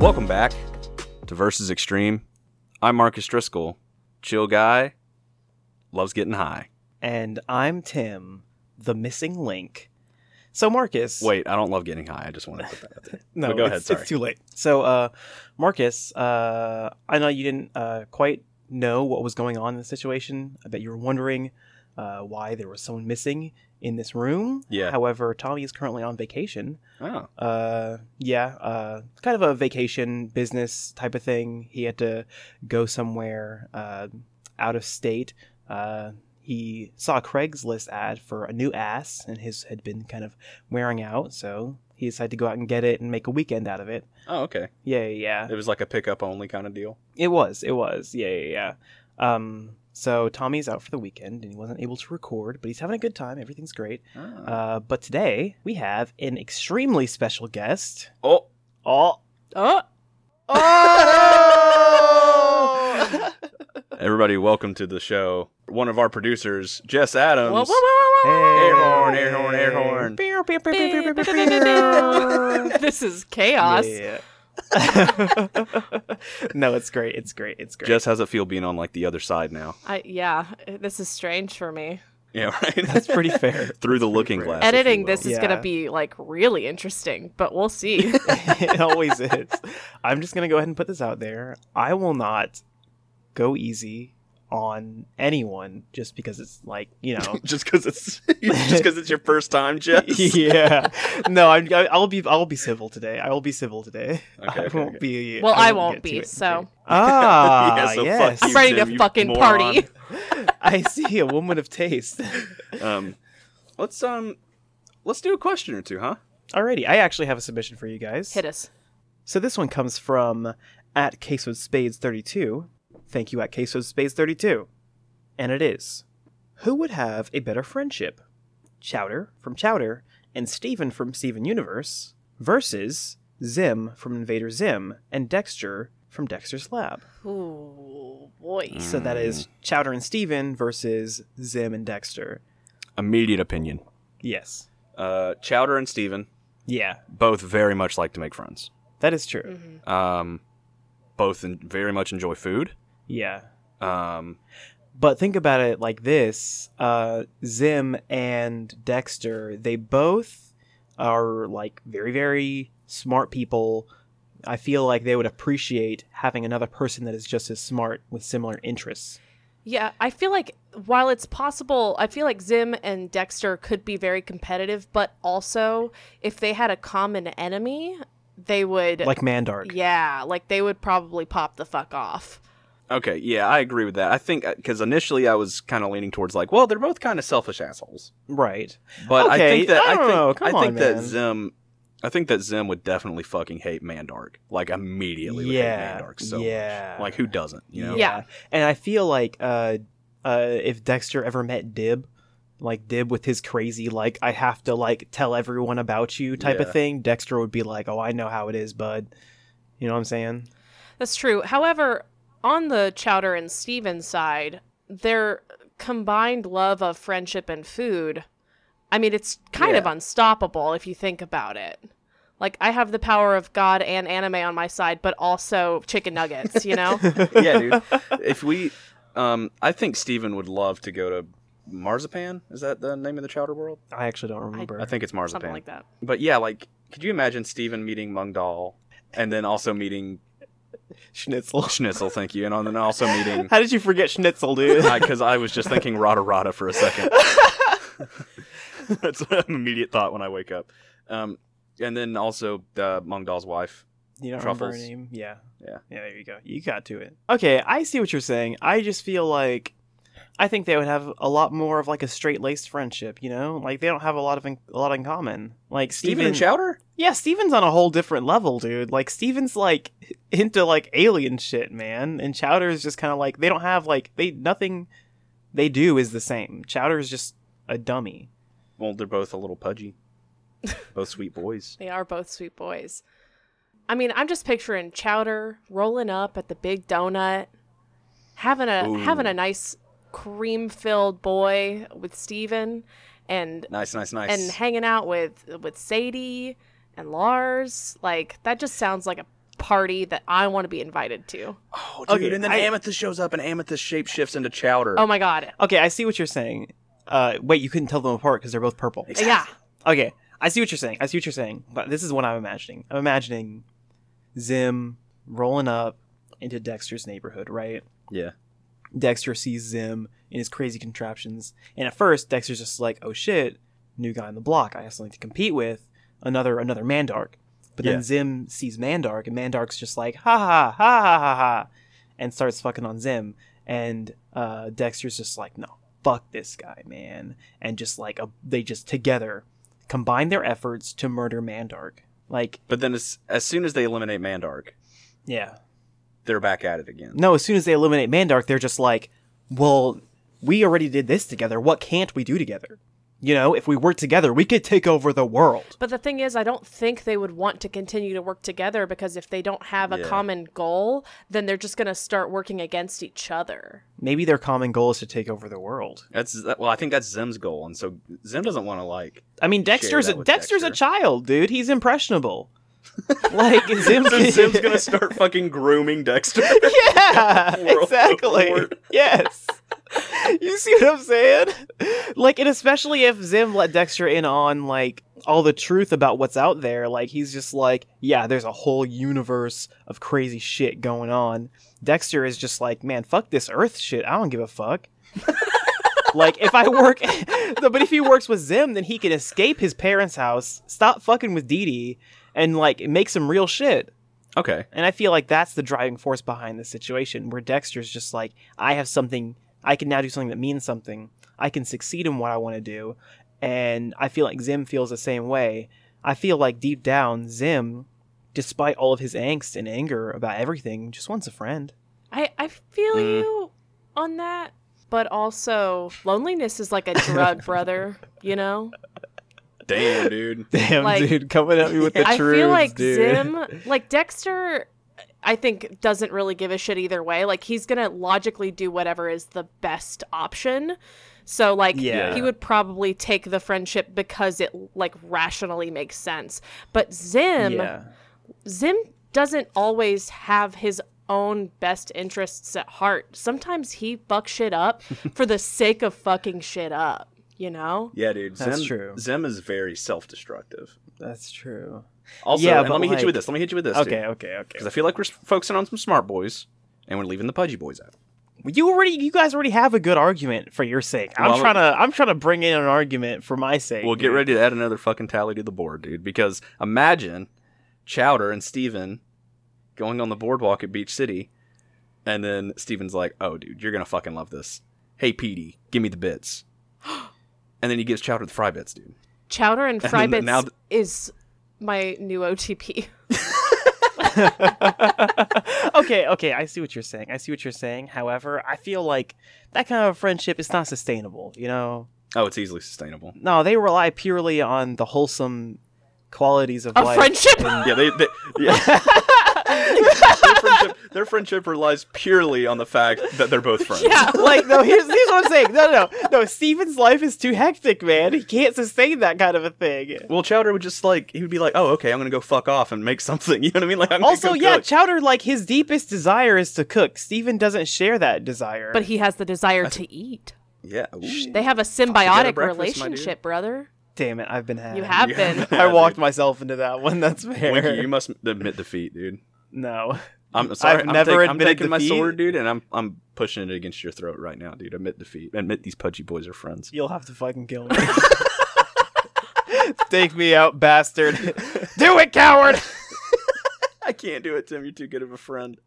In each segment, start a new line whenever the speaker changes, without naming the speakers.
Welcome back to Versus Extreme. I'm Marcus Driscoll, chill guy, loves getting high.
And I'm Tim, the missing link. So Marcus,
Wait, I don't love getting high. I just want to put that out there.
no,
but go
it's,
ahead, sorry.
it's too late. So uh, Marcus, uh, I know you didn't uh, quite know what was going on in the situation. I bet you were wondering uh, why there was someone missing in this room.
Yeah.
However, Tommy is currently on vacation.
Oh,
uh yeah uh kind of a vacation business type of thing he had to go somewhere uh out of state uh he saw a craigslist ad for a new ass and his had been kind of wearing out so he decided to go out and get it and make a weekend out of it
oh, okay.
yeah yeah yeah.
It was like a pickup only kind of deal.
it was it was yeah yeah yeah um so tommy's out for the weekend and he wasn't able to record but he's having a good time everything's great
Ah.
uh but today we have an extremely special guest
oh,
oh
Oh.
Oh! everybody, welcome to the show. One of our producers, Jess Adams.
Whoa, whoa, whoa, whoa,
Air
whoa.
horn, air horn, air horn.
Beow, beow, beow,
Beep,
beow,
beep,
beow,
beep,
beow,
beep, beep,
beow.
beep. This is chaos.
Yeah. no, it's great. It's great. It's great.
Jess, how's it feel being on like the other side now?
I, yeah, this is strange for me.
Yeah, right.
That's pretty fair.
Through the looking
fair.
glass. if you
Editing
will.
this is
Yeah.
gonna be like really interesting, but we'll see.
it always is. I'm just gonna go ahead and put this out there. I will not go easy on anyone just because it's like you know.
just because it's just because it's your first time, Jess.
yeah. No, I'm, I- I'll be. I'll be civil today. I will be civil today.
Okay,
I
okay,
won't
okay.
be.
Well, I
won't
won't
get
be,
to it.
so-
Ah,
Yeah, so fuck
yes.
you.
I'm ready
Tim,
to
you
fucking
moron.
party.
I see a woman of taste.
um, let's um, let's do a question or two, huh?
Alrighty, I actually have a submission for you guys.
Hit us.
So this one comes from at Case with Spades 32. Thank you at Case with Spades 32. And it is Who would have a better friendship? Chowder from Chowder and Steven from Steven Universe versus Zim from Invader Zim and Dexter from Dexter's Lab.
Ooh, boy.
So that is Chowder and Steven versus Zim and Dexter.
Immediate opinion.
Yes.
Uh, Chowder and Steven
Yeah,
both very much like to make friends.
that is
Mm.
true.
Mm-hmm.
Um, both in, very much enjoy food.
Yeah.
Um,
But think about it like this: uh, Zim and Dexter, they both are like very, very smart people. I feel like they would appreciate having another person that is just as smart with similar interests.
Yeah, I feel like while it's possible, I feel like Zim and Dexter could be very competitive, but also if they had a common enemy, they would
Like Mandark.
Yeah, like they would probably pop the fuck off.
okay, yeah, I agree with that. I think because initially I was kind of leaning towards like, well, they're both kind of selfish assholes.
Right.
But I
Okay,
think that
I
I,
don't
think
know, come
I think
on,
that
man.
Zim, I think that Zim would definitely fucking hate Mandark like immediately. Would
Yeah.
hate Mandark so
yeah.
much. like who doesn't? You know,
Yeah.
And I feel like uh, uh, if Dexter ever met Dib, like Dib with his crazy, like, I have to, like, tell everyone about you type
Yeah.
of thing, Dexter would be like, oh, I know how it is, bud. You know what I'm saying?
That's true. However, on the Chowder and Steven side, their combined love of friendship and food, I mean, it's kind of
Yeah.
unstoppable if you think about it. Like, I have the power of God and anime on my side, but also chicken nuggets, you know?
yeah, dude. If we, um, I think Steven would love to go to Marzipan. Is that the name of the chowder world?
I actually don't remember.
I think it's Marzipan.
Something like that.
But yeah, like, could you imagine Steven meeting Mung Dahl and then also meeting
Schnitzel.
Schnitzel? Thank you, and on- then also meeting
How did you forget Schnitzel, dude?
because I, was just thinking Rada Rada for a second. That's an immediate thought when I wake up. Um, and then also uh, Mung Dahl's wife.
You don't remember
Truffles.
her name? Yeah.
Yeah.
Yeah, there you go. You got to it. Okay, I see what you're saying. I just feel like I think they would have a lot more of like a straight laced friendship, you know? Like they don't have a lot of in- a lot in common. Like
Steven
Steven,
and Chowder?
Yeah, Steven's on a whole different level, dude. Like Steven's like into like alien shit, man. And Chowder's just kinda like they don't have like they nothing they do is the same. Chowder's just a dummy.
Well, they're both a little pudgy. Both sweet boys.
They are both sweet boys. I mean, I'm just picturing Chowder rolling up at the big donut, having a
Ooh.
having a nice cream filled boy with Steven and
Nice, nice, nice.
and hanging out with with Sadie and Lars. Like that just sounds like a party that I want to be invited to.
Oh, dude,
Okay,
and then
I-
Amethyst shows up, and Amethyst shapeshifts into Chowder.
Um,
Oh my god.
Okay, I see what you're saying. Uh, wait, you couldn't tell them apart because they're both purple.
Yeah.
Okay, I see what you're saying. I see what you're saying. But this is what I'm imagining. I'm imagining Zim rolling up into Dexter's neighborhood, right?
Yeah.
Dexter sees Zim in his crazy contraptions, and at first Dexter's just like, "Oh shit, new guy on the block. I have something to compete with. Another another Mandark." But then
Yeah.
Zim sees Mandark, and Mandark's just like, "Ha ha ha ha ha ha," and starts fucking on Zim. And uh, Dexter's just like, "No, fuck this guy, man," and just like a, they just together combine their efforts to murder Mandark. Like,
But then, as, as soon as they eliminate Mandark,
yeah,
they're back at it again.
No, as soon as they eliminate Mandark, they're just like, well, we already did this together. What can't we do together? You know, if we work together, we could take over the world.
But the thing is, I don't think they would want to continue to work together because if they don't have a
Yeah.
common goal, then they're just going to start working against each other.
Maybe their common goal is to take over the world.
That's that, well, I think that's Zim's goal, and so Zim doesn't want to like.
I mean, Dexter's
that
a,
with
Dexter's a
Dexter.
child, dude. He's impressionable. like Zim,
So Zim's gonna start fucking grooming Dexter.
yeah,
World
exactly.
War.
Yes. You see what I'm saying? Like, and especially if Zim let Dexter in on like all the truth about what's out there, like he's just like, yeah, there's a whole universe of crazy shit going on. Dexter is just like, man, fuck this Earth shit. I don't give a fuck. like if I work, No, but if he works with Zim, then he can escape his parents' house, stop fucking with Dee Dee, and like make some real shit.
okay.
And I feel like that's the driving force behind this situation, where Dexter's just like, I have something, I can now do something that means something. I can succeed in what I want to do. And I feel like Zim feels the same way. I feel like deep down, Zim, despite all of his angst and anger about everything, just wants a friend.
I, I feel
Mm.
you on that. But also, loneliness is like a drug, brother. You know?
Damn, dude.
Damn,
Like-
dude, coming at me with the
I
truth.
feel like
dude.
Zim, like Dexter, I think doesn't really give a shit either way. Like he's gonna logically do whatever is the best option. So like
Yeah.
he would probably take the friendship because it like rationally makes sense. But Zim,
Yeah.
Zim doesn't always have his own best interests at heart. Sometimes he fucks shit up for the sake of fucking shit up. You know?
Yeah, dude. Zim,
That's true.
Zim is very self-destructive.
That's true.
Also,
Yeah,
and
but
let me hit
like-
you with this. Let me hit you with this.
Okay, okay, okay.
Because I feel like we're s- focusing on some smart boys, and we're leaving the pudgy boys out.
You already, you guys already have a good argument for your sake. I'm
Well,
trying to, I'm trying to bring in an argument for my sake.
Well, get
dude.
ready to add another fucking tally to the board, dude. Because imagine Chowder and Steven going on the boardwalk at Beach City, and then Steven's like, "Oh, dude, you're gonna fucking love this. Hey, Petey, give me the bits." And then he gives Chowder the fry bits, dude.
Chowder and fry
then
bits
now th-
is my new OTP.
okay, okay, I see what you're saying. I see what you're saying. However, I feel like that kind of friendship is not sustainable, you know?
Oh, it's easily sustainable.
No, they rely purely on the wholesome qualities of
A
life.
friendship?
Yeah, they. they yeah. their, friendship, their friendship relies purely on the fact that they're both friends.
Yeah.
like no, here's here's what I'm saying. No, no, no. No, Steven's life is too hectic, man. He can't sustain that kind of a thing.
Well, Chowder would just like he would be like, "Oh, okay, I'm gonna go fuck off and make something." You know what I mean? Like, I'm gonna
Also,
go
yeah,
cook.
Chowder, like his deepest desire is to cook. Steven doesn't share that desire.
But he has the desire to eat.
yeah. Ooh.
They have a
gotta
symbiotic
breakfast, my dude.
relationship, brother.
damn it, I've been had.
You have
Yeah.
been.
I
Yeah,
walked
dude.
myself into that one. That's fair.
Winky, you must admit defeat, dude.
No.
I'm sorry.
I've
am
never
I'm
admitted
taking my
defeat.
sword, dude, and I'm I'm pushing it against your throat right now, dude. Admit defeat. Admit these pudgy boys are friends.
You'll have to fucking kill me. Take me out, bastard. Do it, coward.
I can't do it, Tim. You're too good of a friend.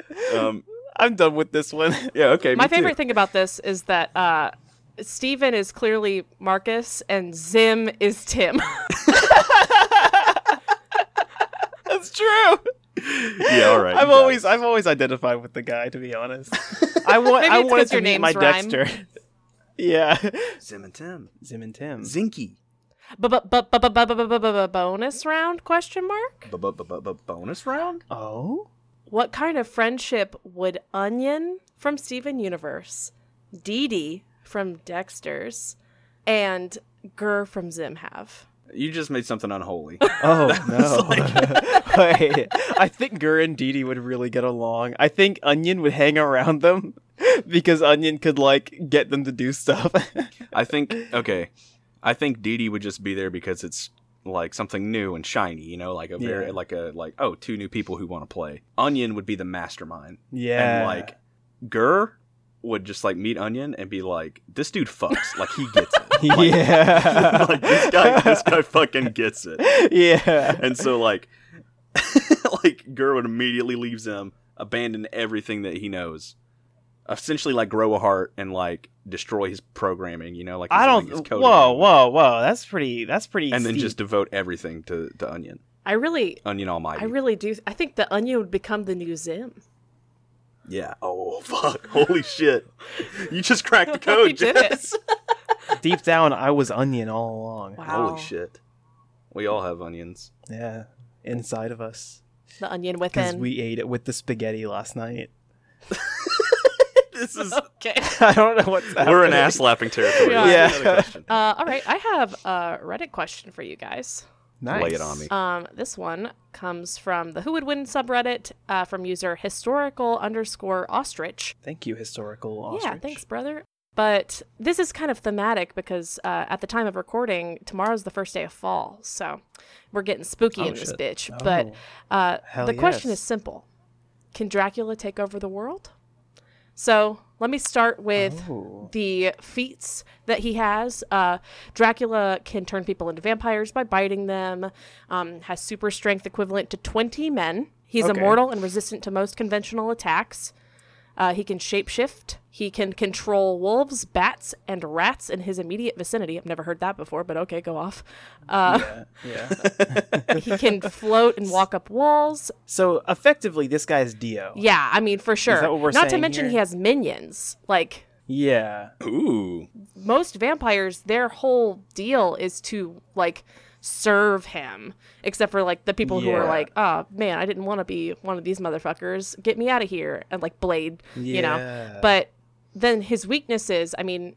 Um.
I'm done with this one.
Yeah. Okay.
My
me too.
favorite thing about this is that uh, Steven is clearly Marcus and Zim is Tim.
That's true.
Yeah. All right. you got
I've always
it.
I've always identified with the guy, to be honest. I want
Maybe
I
it's
wanted
'cause
to
your
meet my
names rhyme.
Dexter. yeah.
Zim and Tim.
Zim and Tim.
Zinky.
Bu- bu- bu- bu- bu- bu- bu- bu- bu- bu- Bonus round question mark?
Bu- bu- bu- bu- bu- Bonus round.
Oh?
What kind of friendship would Onion from Steven Universe, Dee Dee from Dexter's, and Gurr from Zim have?
You just made something unholy.
Oh no! Wait, I think Gur and Dee Dee would really get along. I think Onion would hang around them because Onion could like get them to do stuff.
I think okay. I think Dee Dee would just be there because it's like something new and shiny, you know, like a very
Yeah.
like a like oh, two new people who want to play. Onion would be the mastermind.
yeah,
And like Gur would just like meet Onion and be like, This dude fucks. like he gets it. Like,
yeah,
like this guy this guy fucking gets it.
yeah,
And so like like Gerwin immediately leaves him, abandon everything that he knows. Essentially like grow a heart and like destroy his programming, you know, like his-
I
his
don't.
coding
Whoa,
language.
whoa, whoa! That's pretty. That's pretty.
And then
steep.
just devote everything to, to Onion.
I really,
Onion Almighty.
I really do. I think the onion would become the new Zim.
yeah. Oh fuck. Holy shit. You just cracked the
You
code,
did
Jess.
it.
deep down, I was Onion all along.
Wow.
Holy shit. We all have onions.
Yeah, inside of us
The onion
because
within.
we ate it with the spaghetti last night.
This is
okay.
I don't know what's. Happening.
we're in ass lapping territory.
Yeah.
Yeah.
Another question.
Uh, all right, I have a Reddit question for you guys.
Nice.
Lay it on me.
Um, this one comes from the Who Would Win subreddit uh, from user historical underscore ostrich.
Thank you, historical.
Yeah,
ostrich.
thanks, brother. But this is kind of thematic because uh, at the time of recording, tomorrow's the first day of fall, so we're getting spooky
Oh,
in this
shit.
bitch.
Oh,
but uh,
hell
the question
yes.
is simple: Can Dracula take over the world? So let me start with
Oh.
the feats that he has. Uh, Dracula can turn people into vampires by biting them. Um, has super strength equivalent to twenty men. He's
Okay.
immortal and resistant to most conventional attacks. Uh, he can shapeshift. He can control wolves, bats, and rats in his immediate vicinity. I've never heard that before, but okay, go off. Uh,
yeah.
He can float and walk up walls.
So effectively, this guy's Dio.
Yeah, I mean, for sure.
that what we're
Not to
saying
mention
here?
he has minions. Like
Yeah.
Ooh.
most vampires, their whole deal is to like serve him, except for like the people who are
Yeah.
like, oh man, I didn't want to be one of these motherfuckers. Get me out of here. And like Blade, you know.
Yeah.
but then his weaknesses i mean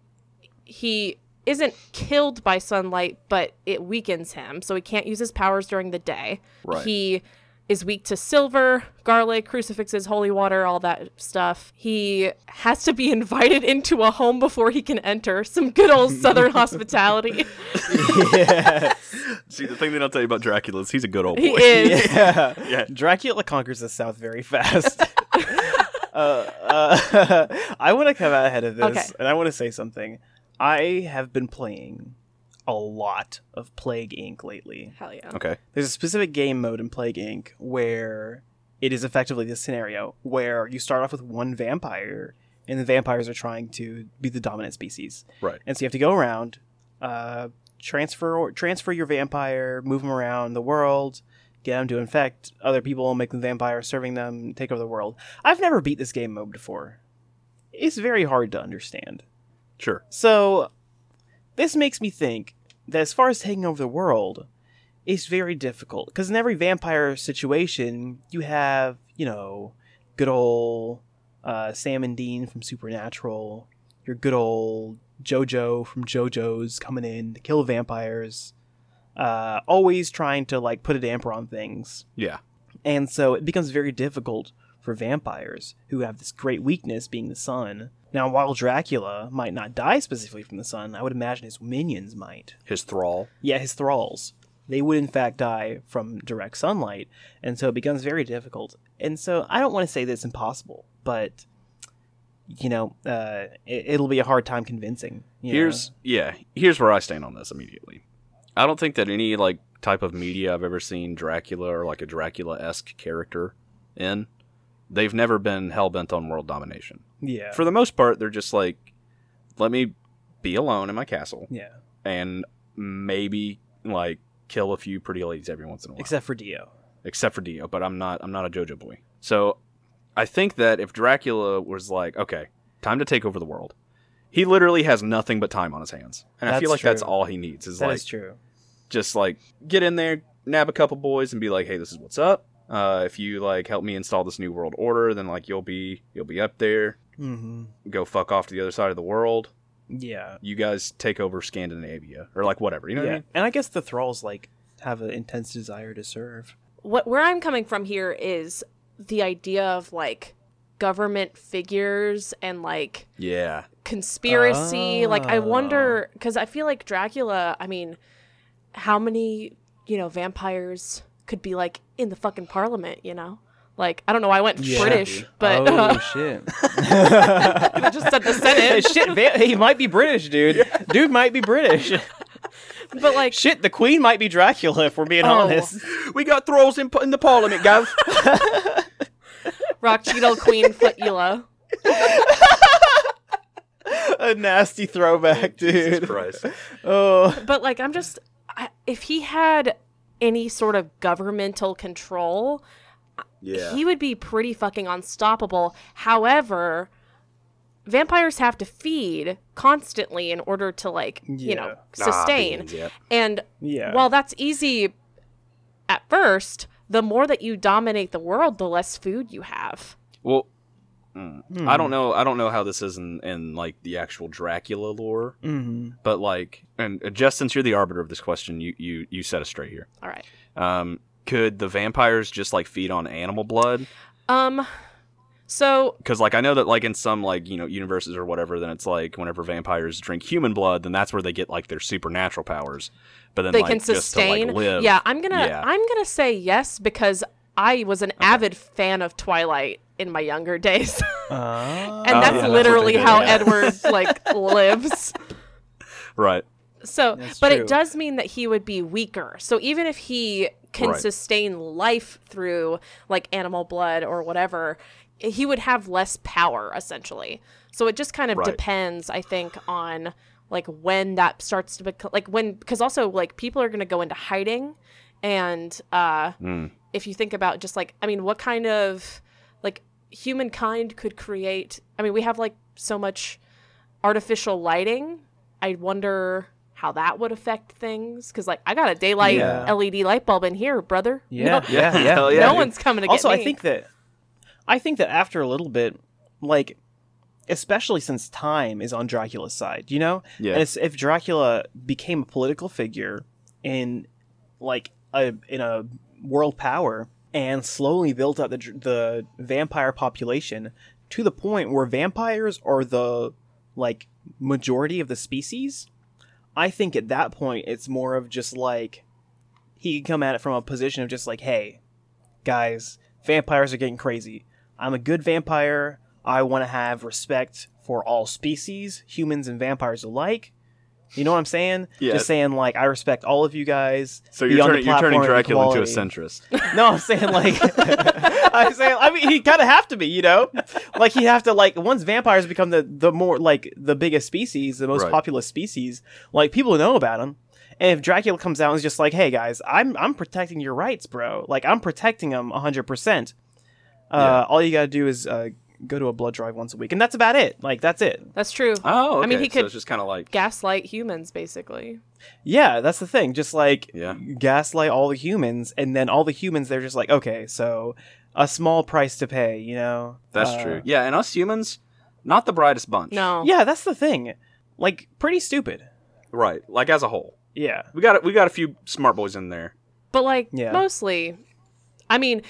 he isn't killed by sunlight but it weakens him so he can't use his powers during the day
Right.
he is weak to silver garlic crucifixes holy water all that stuff he has to be invited into a home before he can enter some good old southern hospitality
yeah.
See, the thing that I'll tell you about Dracula is he's a good old boy.
he is
yeah.
Yeah.
Dracula conquers the South very fast. uh, uh, I want to come out ahead of this,
Okay.
and I want to say something. I have been playing a lot of Plague Inc. lately.
hell yeah
Okay.
There's a specific game mode in Plague Inc. where it is effectively this scenario where you start off with one vampire, and the vampires are trying to be the dominant species.
Right.
And so you have to go around, uh, transfer or transfer your vampire, move them around the world, get them to infect other people, make them vampires, serving them, take over the world. I've never beat this game mode before. It's very hard to understand.
Sure.
So, this makes me think that as far as taking over the world, it's very difficult. Because in every vampire situation, you have, you know, good old uh, Sam and Dean from Supernatural, your good old JoJo from JoJo's coming in to kill vampires, uh, always trying to, like, put a damper on things.
Yeah.
And so it becomes very difficult for vampires who have this great weakness being the sun. Now, while Dracula might not die specifically from the sun, I would imagine his minions might.
His thrall.
Yeah, his thralls. They would in fact die from direct sunlight, and so it becomes very difficult. And so I don't want to say that it's impossible, but you know, uh, it, it'll be a hard time convincing. you know?
Here's yeah. Here's where I stand on this immediately. I don't think that any like type of media I've ever seen Dracula or like a Dracula esque character in, they've never been hell bent on world domination.
yeah,
For the most part, they're just like, let me be alone in my castle
yeah,
and maybe like kill a few pretty ladies every once in a while.
except for Dio.
except for Dio, but I'm not I'm not a JoJo boy. So I think that if Dracula was like, okay, time to take over the world, he literally has nothing but time on his hands, and I feel
That's
like that's
true.
all he needs is
That is
like
true.
just like get in there, nab a couple boys, and be like, hey, this is what's up. Uh, if you like help me install this new world order, then like you'll be you'll be up there.
hmm
Go fuck off to the other side of the world.
Yeah.
You guys take over Scandinavia or like whatever. You know what I
yeah.
mean?
And I guess the thralls like have an intense desire to serve.
what where I'm coming from here is the idea of like government figures and like
Yeah.
conspiracy. Like I
Oh.
wonder because I feel like Dracula. I mean, how many you know vampires could be like in the fucking parliament? You know, like I don't know. why I went
Yeah.
British, but
oh shit.
I just said the
Hey,
Senate.
shit, va- he might be British, dude. Dude might be British.
but like
Shit, the Queen might be Dracula if we're being
Oh.
honest.
We got thralls in, in the parliament, guys.
Rock Cheetle Queen Footula.
A nasty throwback, dude.
Christ.
Oh,
But like I'm just I, if he had any sort of governmental control
Yeah.
he would be pretty fucking unstoppable. However, vampires have to feed constantly in order to like, you
Yeah.
know,
Ah,
sustain.
beans, yeah.
And
yeah.
while that's easy at first, the more that you dominate the world, the less food you have.
Well, mm,
Hmm.
I don't know. I don't know how this is in, in like the actual Dracula lore,
Mhm.
but like, and uh, just since you're the arbiter of this question, you you you set us straight here.
All right.
Um, could the vampires just like feed on animal blood?
Um so
Because like I know that like in some like you know universes or whatever, then it's like whenever vampires drink human blood, then that's where they get like their supernatural powers. But then
they
like,
can
just to, like,
sustain.
live,
yeah, I'm gonna
Yeah.
I'm gonna say yes because I was an avid fan of Twilight in my younger days.
Oh,
Ah.
and that's
yeah, that's what
literally
they do,
how
yeah.
Edward like lives.
right.
So,
That's
but
true.
it does mean that he would be weaker. So even if he can
Right.
sustain life through like animal blood or whatever, he would have less power essentially. So it just kind of
Right.
depends, I think, on like when that starts to become like when because also like people are going to go into hiding and uh
Mm.
if you think about just like i mean what kind of like humankind could create i mean we have like so much artificial lighting i wonder how that would affect things because like i got a daylight
Yeah.
led light bulb in here brother
yeah,
no,
yeah, yeah.
Hell yeah,
no
dude.
one's coming to
also
get
i
me.
think that i think that after a little bit like especially since time is on dracula's side you know
Yeah.
and it's, if dracula became a political figure in like a in a world power and slowly built up the dr- the vampire population to the point where vampires are the like majority of the species i think at that point it's more of just like he can come at it from a position of just like hey guys, vampires are getting crazy. I'm a good vampire. I want to have respect for all species, humans and vampires alike. You know what I'm saying?
Yeah.
Just saying, like, I respect all of you guys.
so you're
Be on the
turning, you're turning
platform of
Dracula into a
equality.
centrist.
No, I'm saying, like, I'm saying, I mean, he kind of have to be, you know? Like, he'd have to, like, once vampires become the, the more, like, the biggest species, the most
Right.
popular species, like, people know about them. And if Dracula comes out and is just like, hey, guys, I'm, I'm protecting your rights, bro. Like, I'm protecting them 100%. Uh, All you got to do is uh, go to a blood drive once a week. And that's about it. Like, that's it.
that's true
Oh,
I mean,
okay,
he
so
could-
it's just kind of like
gaslight humans basically
Yeah, that's the thing. Just like
Yeah.
gaslight all the humans, and then all the humans, they're just like, okay, so a small price to pay, you know?
that's
Uh,
true. Yeah, and us humans, not the brightest bunch.
no
Yeah, that's the thing. Like, pretty stupid.
Right. Like as a whole.
Yeah.
We got we got a few smart boys in there.
But like
Yeah.
mostly, I mean,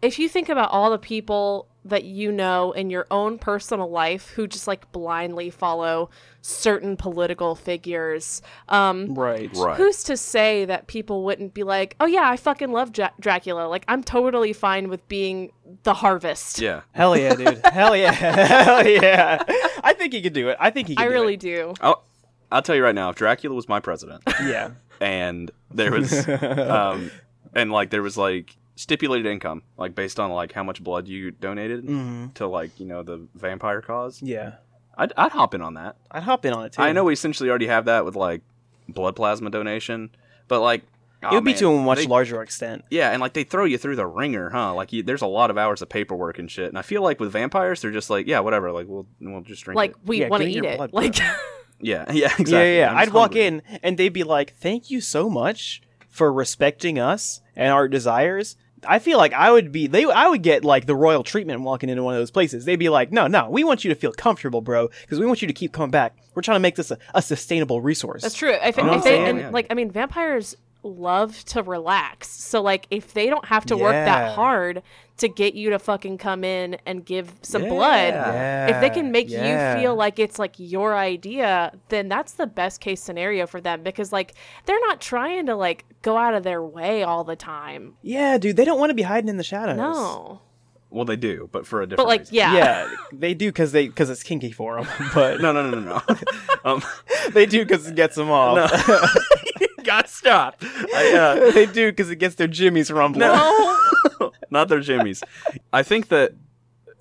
if you think about all the people that you know in your own personal life who just like blindly follow certain political figures, um,
Right.
who's to say that people wouldn't be like, "Oh yeah, I fucking love Ja- Dracula. Like I'm totally fine with being the Harvest."
Yeah.
Hell yeah, dude. Hell yeah. Hell yeah. I think he could do it. I think he could
I
do
really
it.
do.
I'll, I'll tell you right now, if Dracula was my president
Yeah.
and there was um and like there was like stipulated income, like based on like how much blood you donated
hmm
to like, you know, the vampire cause,
Yeah.
I'd I'd hop in on that.
I'd hop in on it too.
I know we essentially already have that with like blood plasma donation, but like oh,
It would be to a much
larger.
larger extent.
Yeah, and like they throw you through the ringer, huh? Like you, there's a lot of hours of paperwork and shit. And I feel like with vampires, they're just like, yeah, whatever. Like we'll we'll just drink.
Like
it.
we
Yeah,
want to
give me
eat
your
it.
blood,
like
yeah, yeah, exactly.
Yeah,
I'm
yeah.
just
I'd walk
hungry.
in and they'd be like, "Thank you so much for respecting us and our desires. I feel like I would be they I would get like the royal treatment walking into one of those places. They'd be like, "No, no, we want you to feel comfortable, bro, because we want you to keep coming back. We're trying to make this a, a sustainable resource."
That's true. If,
You know
if
what
they
I'm saying?
and
Yeah.
like, I mean, vampires love to relax. So like, if they don't have to work that
Yeah.
hard to get you to fucking come in and give some
Yeah.
blood, if they
Yeah,
can make
yeah.
you feel like it's like your idea, then that's the best case scenario for them because like they're not trying to like go out of their way all the time.
Yeah, dude, they don't want to be hiding in the shadows.
No,
Well, they do, but for a different.
Oh. but like,
reason.
yeah,
Yeah, they do because they because it's kinky for them, but
No, no, no, no, no. um,
they do because it gets them off.
God, stop. I, uh,
they do because it gets their jimmies rumbling.
Oh,
no, not their jimmies. I think that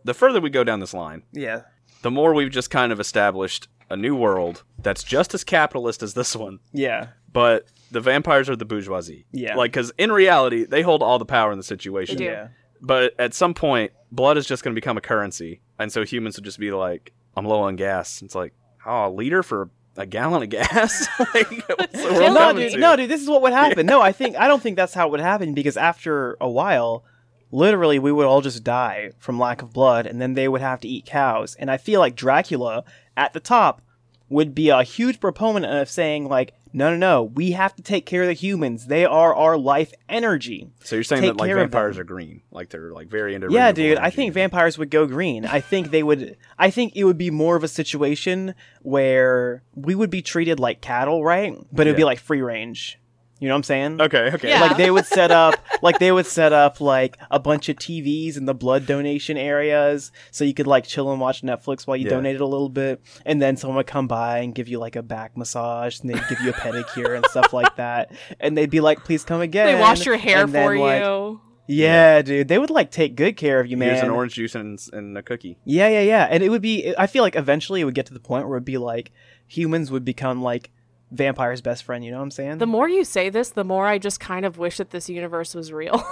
the further we go down this line,
Yeah,
the more we've just kind of established a new world that's just as capitalist as this one,
yeah,
but the vampires are the bourgeoisie.
Yeah.
Like, because in reality, they hold all the power in the
They
situation.
do.
yeah.
But at some point, blood is just going to become a currency. And so humans would just be like, I'm low on gas. It's like, oh, a liter for a gallon of gas? like, what's the world
Well,
no,
coming
dude,
to?
no, dude, this is what would happen. No, I think I don't think that's how it would happen because after a while, literally, we would all just die from lack of blood, and then they would have to eat cows. And I feel like Dracula at the top would be a huge proponent of saying like, no, no, no, we have to take care of the humans. They are our life energy.
So you're saying
Take
that like
care of
vampires
them.
are green, like they're like very into
Yeah,
renewable
dude, I
energy.
think vampires would go green. I think they would. I think it would be more of a situation where we would be treated like cattle, right? But it would be
Yeah.
like free range. You know what I'm saying?
Okay, okay.
Yeah.
Like,
Like they would set up, like they would set up like a bunch of TVs in the blood donation areas, so you could like chill and watch Netflix while you
Yeah.
donated a little bit, and then someone would come by and give you like a back massage, and they'd give you a pedicure and stuff like that, and they'd be like, "Please come again."
they wash your hair
and then,
for
like-
you.
Yeah, dude, they would like take good care of you, man.
Here's an orange juice and, and a cookie.
Yeah, yeah, yeah. And it would be, I feel like eventually it would get to the point where it would be like humans would become like vampires' best friend. You know what I'm saying?
The more you say this, the more I just kind of wish that this universe was real.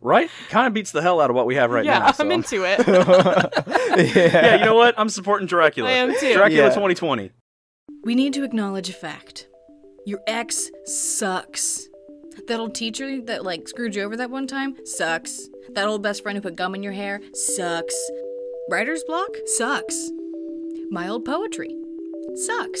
Right? Kind of beats the hell out of what we have right
yeah,
now. so
I'm into it.
yeah,
yeah.
you know what? I'm supporting Dracula.
I am too.
Dracula
Yeah.
2020.
We need to acknowledge a fact. Your ex sucks. That old teacher that like screwed you over that one time sucks. That old best friend who put gum in your hair sucks. Writer's block sucks. My old poetry sucks.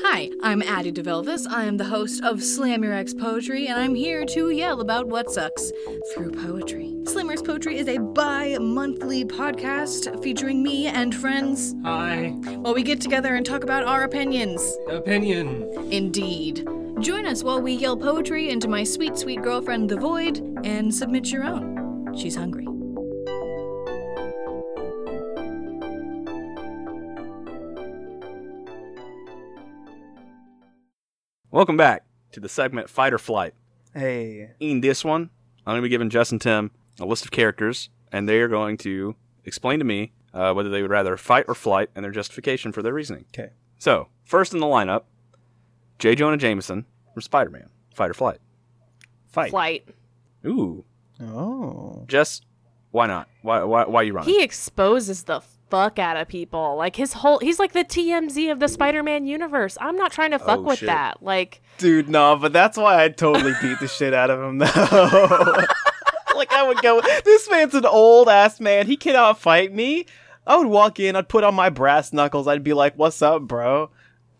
Hi, I'm Addie DeVelvis. I am the host of Slam Your Ex Poetry, and I'm here to yell about what sucks through poetry. Slammer's Poetry is a bi monthly podcast featuring me and friends
Hi.
while we get together and talk about our opinions.
Opinion.
Indeed. Join us while we yell poetry into my sweet, sweet girlfriend, The Void, and submit your own. She's hungry.
Welcome back to the segment Fight or Flight.
Hey.
In this one, I'm going to be giving Jess and Tim a list of characters, and they are going to explain to me uh, whether they would rather fight or flight and their justification for their reasoning.
Okay.
So, first in the lineup, J. Jonah Jameson from Spider Man. Fight or flight.
Fight.
Flight.
Ooh.
Oh.
Jess, why not? Why, why, why are you running?
He exposes the fuck out of people. Like his whole he's like the TMZ of the Spider-Man universe. I'm not trying to fuck
Oh,
with
shit.
that. Like
Dude, no, but that's why I totally beat the shit out of him, though. like, I would go, this man's an old ass man. He cannot fight me. I would walk in, I'd put on my brass knuckles, I'd be like, what's up, bro?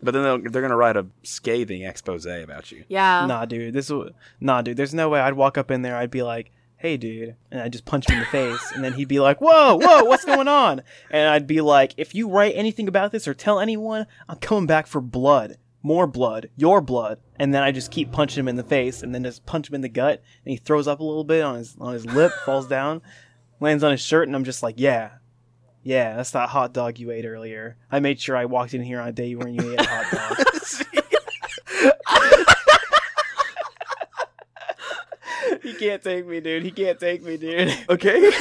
But then they'll- they're going to write a scathing expose about you.
yeah.
nah, dude, this is nah, dude. There's no way I'd walk up in there. I'd be like, "Hey, dude," and I'd just punch him in the face, and then he'd be like, "Whoa, whoa, what's going on?" And I'd be like, "If you write anything about this or tell anyone, I'm coming back for blood, more blood, your blood." And then I just keep punching him in the face, and then just punch him in the gut, and he throws up a little bit on his on his lip, falls down, lands on his shirt, and I'm just like, "Yeah." Yeah, that's that hot dog you ate earlier. I made sure I walked in here on a day when you ate a hot dog. he can't take me, dude. He can't take me, dude.
Okay.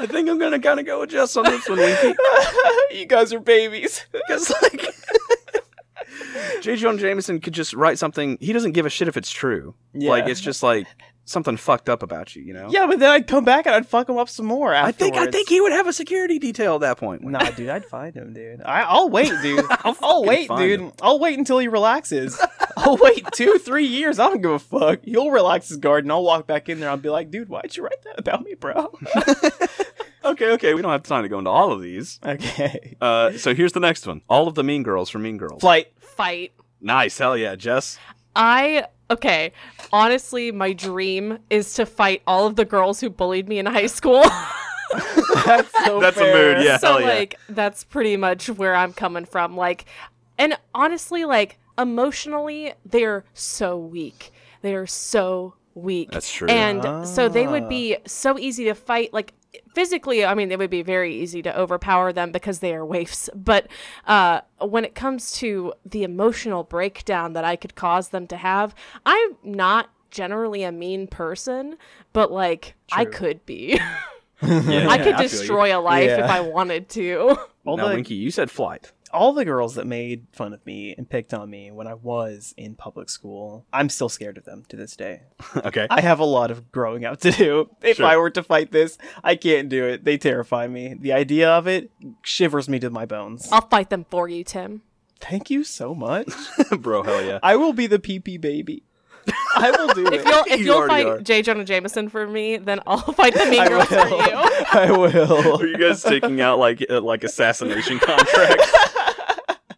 I think I'm gonna kind of go with Jess on this one, Winky,
you guys are babies.
because like, J. Jonah Jameson could just write something. He doesn't give a shit if it's true.
Yeah.
Like it's just like something fucked up about you, you know?
Yeah, but then I'd come back and I'd fuck him up some more.
I
Afterwards.
think I think he would have a security detail at that point.
Nah, dude, I'd find him, dude. I, I'll wait, dude. I'll,
fucking
wait,
find
dude.
him.
I'll wait until he relaxes. I'll wait two, three years. I don't give a fuck. You'll relax his guard, and I'll walk back in there. I'll be like, dude, why'd you write that about me, bro?
Okay, okay, we don't have time to go into all of these.
okay.
Uh, so here's the next one. All of the Mean Girls from Mean Girls.
Flight.
Fight.
Nice, hell yeah, Jess.
I okay. Honestly, my dream is to fight all of the girls who bullied me in high school.
That's so
That's a
fair.
mood, yeah.
so
hell yeah.
like that's pretty much where I'm coming from. Like and honestly, like emotionally, they're so weak. They are so weak.
That's true.
And so they would
Ah.
be so easy to fight. Like physically, I mean, it would be very easy to overpower them because they are waifs. But uh, when it comes to the emotional breakdown that I could cause them to have, I'm not generally a mean person, but like I
True.
could be.
Yeah,
I
yeah,
could
feel you.
destroy a life
Yeah.
if I wanted to.
All
Now,
the-
Winky, you said flight.
all the girls that made fun of me and picked on me when I was in public school, I'm still scared of them to this day.
okay.
I have a lot of growing up to do. If
Sure.
I were to fight this, I can't do it. They terrify me. The idea of it shivers me to my bones.
I'll fight them for you, Tim.
Thank you so much.
Bro, hell yeah.
I will be the pee pee baby. I will do
If
it.
you'll if
You
you will
already
fight
are.
J. Jonah Jameson for me, then I'll fight the mean
I
girls for you.
will. I
Are
will.
you guys taking out like uh, like assassination contracts?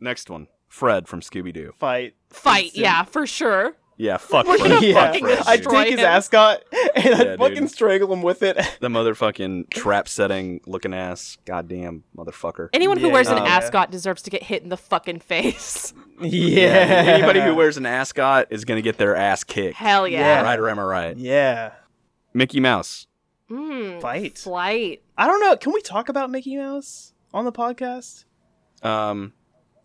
Next one, Fred from Scooby Doo.
Fight.
Fight,
Instant.
yeah, for sure.
Yeah, fuck
We're
Fred.
gonna
Fuck
Yeah,
fucking
Fred.
I'd
dude.
destroy
take his
him.
ascot and
Yeah,
I'd fucking
dude.
strangle him with it.
the motherfucking trap setting looking ass, goddamn motherfucker.
Anyone who
Yeah,
wears an
yeah.
ascot deserves to get hit in the fucking face.
Yeah.
anybody who wears an ascot is gonna get their ass kicked.
Hell
Yeah.
yeah.
Right or am I right?
Yeah.
Mickey Mouse.
Mm,
Fight.
Flight.
I don't know. Can we talk about Mickey Mouse on the podcast?
Um,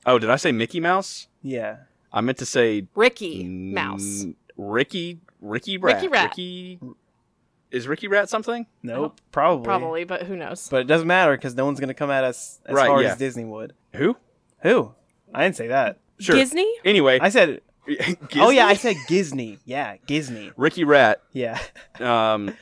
oh, did I say Mickey Mouse?
Yeah.
I meant to say
Ricky Mouse.
Mm, Ricky Ricky Rat.
Ricky Rat.
Ricky- is Ricky Rat something?
Nope. Probably.
Oh, Probably, but who knows?
But it doesn't matter because no one's gonna come at us as
Right,
hard
yeah.
as Disney would.
Who?
Who? I didn't say that.
Sure.
Disney?
Anyway,
I said.
Gizzy?
Oh yeah, I said Gizney. Yeah, Gizney.
Ricky Rat.
Yeah,
Um,